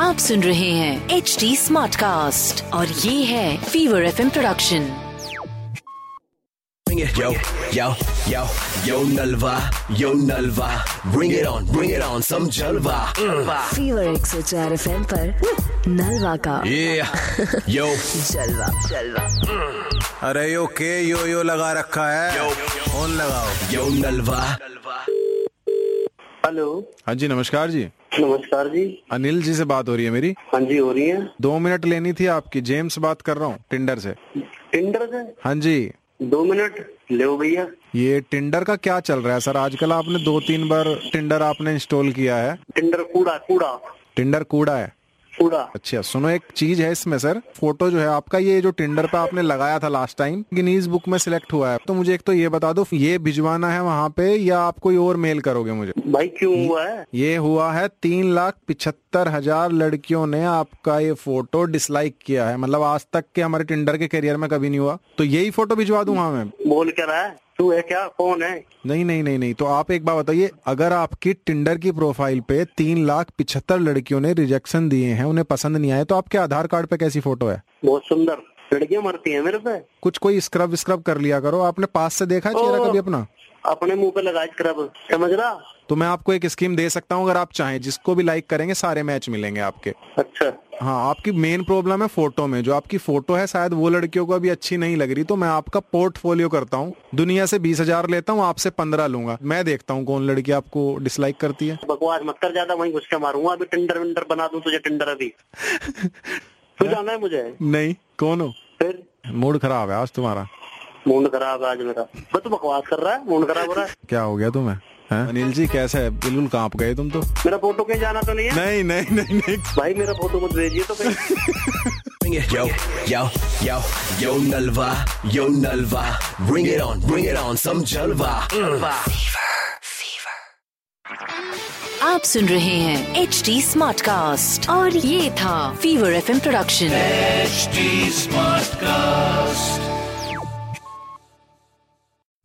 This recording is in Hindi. आप सुन रहे हैं एच डी स्मार्ट कास्ट और ये है fever F production Bring it, yo, yo, yo, yo Nalva, yo Nalva. Bring it on, bring it on, some Jalva. Mm. Fever एक सौ चार एफ एम नलवा का Yeah, yo, Mm. जलवा जलवा अरे यो के यो यो लगा रखा है फोन लगाओ yo Nalva. हेलो हाँ जी नमस्कार जी नमस्कार जी अनिल जी से बात हो रही है मेरी हाँ जी हो रही है दो मिनट लेनी थी आपकी जेम्स बात कर रहा हूँ टिंडर से टिंडर से हाँ जी दो मिनट ले भैया ये टिंडर का क्या चल रहा है सर आजकल आपने दो तीन बार टिंडर आपने इंस्टॉल किया है टिंडर कूड़ा कूड़ा टिंडर कूड़ा है कूड़ा अच्छा सुनो एक चीज है इसमें सर फोटो जो है आपका ये जो टिंडर पे आपने लगाया था लास्ट टाइम गिनीज बुक में सिलेक्ट हुआ है तो मुझे एक तो ये बता दो ये भिजवाना है वहाँ पे या आप कोई और मेल करोगे मुझे भाई क्यों हम्म। हुआ है ये हुआ है तीन लाख पिछहत्तर हजार लड़कियों ने आपका ये फोटो डिसलाइक किया है मतलब आज तक के हमारे टिंडर के करियर में कभी नहीं हुआ तो यही फोटो भिजवा दूंगा मैं बोल कर रहा है तू है क्या कौन है नहीं नहीं नहीं नहीं तो आप एक बात बताइए अगर आपकी टिंडर की प्रोफाइल पे तीन लाख पिछहत्तर लड़कियों ने रिजेक्शन दिए हैं उन्हें पसंद नहीं आए तो आपके आधार कार्ड पे कैसी फोटो है बहुत सुंदर लड़कियां मरती हैं मेरे पे कुछ कोई स्क्रब स्क्रब कर लिया करो आपने पास से देखा है चेहरा कभी अपना अपने मुंह पे लगा स्क्रब समझ रहा तो मैं आपको एक स्कीम दे सकता हूँ अगर आप चाहें जिसको भी लाइक करेंगे सारे मैच मिलेंगे आपके अच्छा हाँ आपकी मेन प्रॉब्लम है फोटो में जो आपकी फोटो है शायद वो लड़कियों को अभी अच्छी नहीं लग रही तो मैं आपका पोर्टफोलियो करता हूँ दुनिया से बीस हजार लेता हूँ आपसे पंद्रह लूंगा मैं देखता हूँ कौन लड़की आपको डिसलाइक करती है बकवास मत कर ज्यादा वहीं घुस के मारूंगा अभी टिंडर विंडर बना दूं तुझे टिंडर अभी तू जाना है मुझे नहीं कौन हो फिर मूड खराब है आज तुम्हारा मूड खराब है आज मेरा बस तू बकवास कर रहा है मूड खराब हो रहा है क्या हो गया तुम्हें हैं? अनिल जी कैसे है बिल्कुल कांप गए तुम तो मेरा फोटो कहीं जाना तो नहीं है नहीं नहीं नहीं नहीं भाई मेरा फोटो मत भेजिए तो कहीं Bring it, yo, yo, yo, yo Nalva, yo Nalva. Bring it on, bring it on, some Jalva. Mm. आप सुन रहे हैं एच डी स्मार्ट कास्ट और ये था फीवर एफ प्रोडक्शन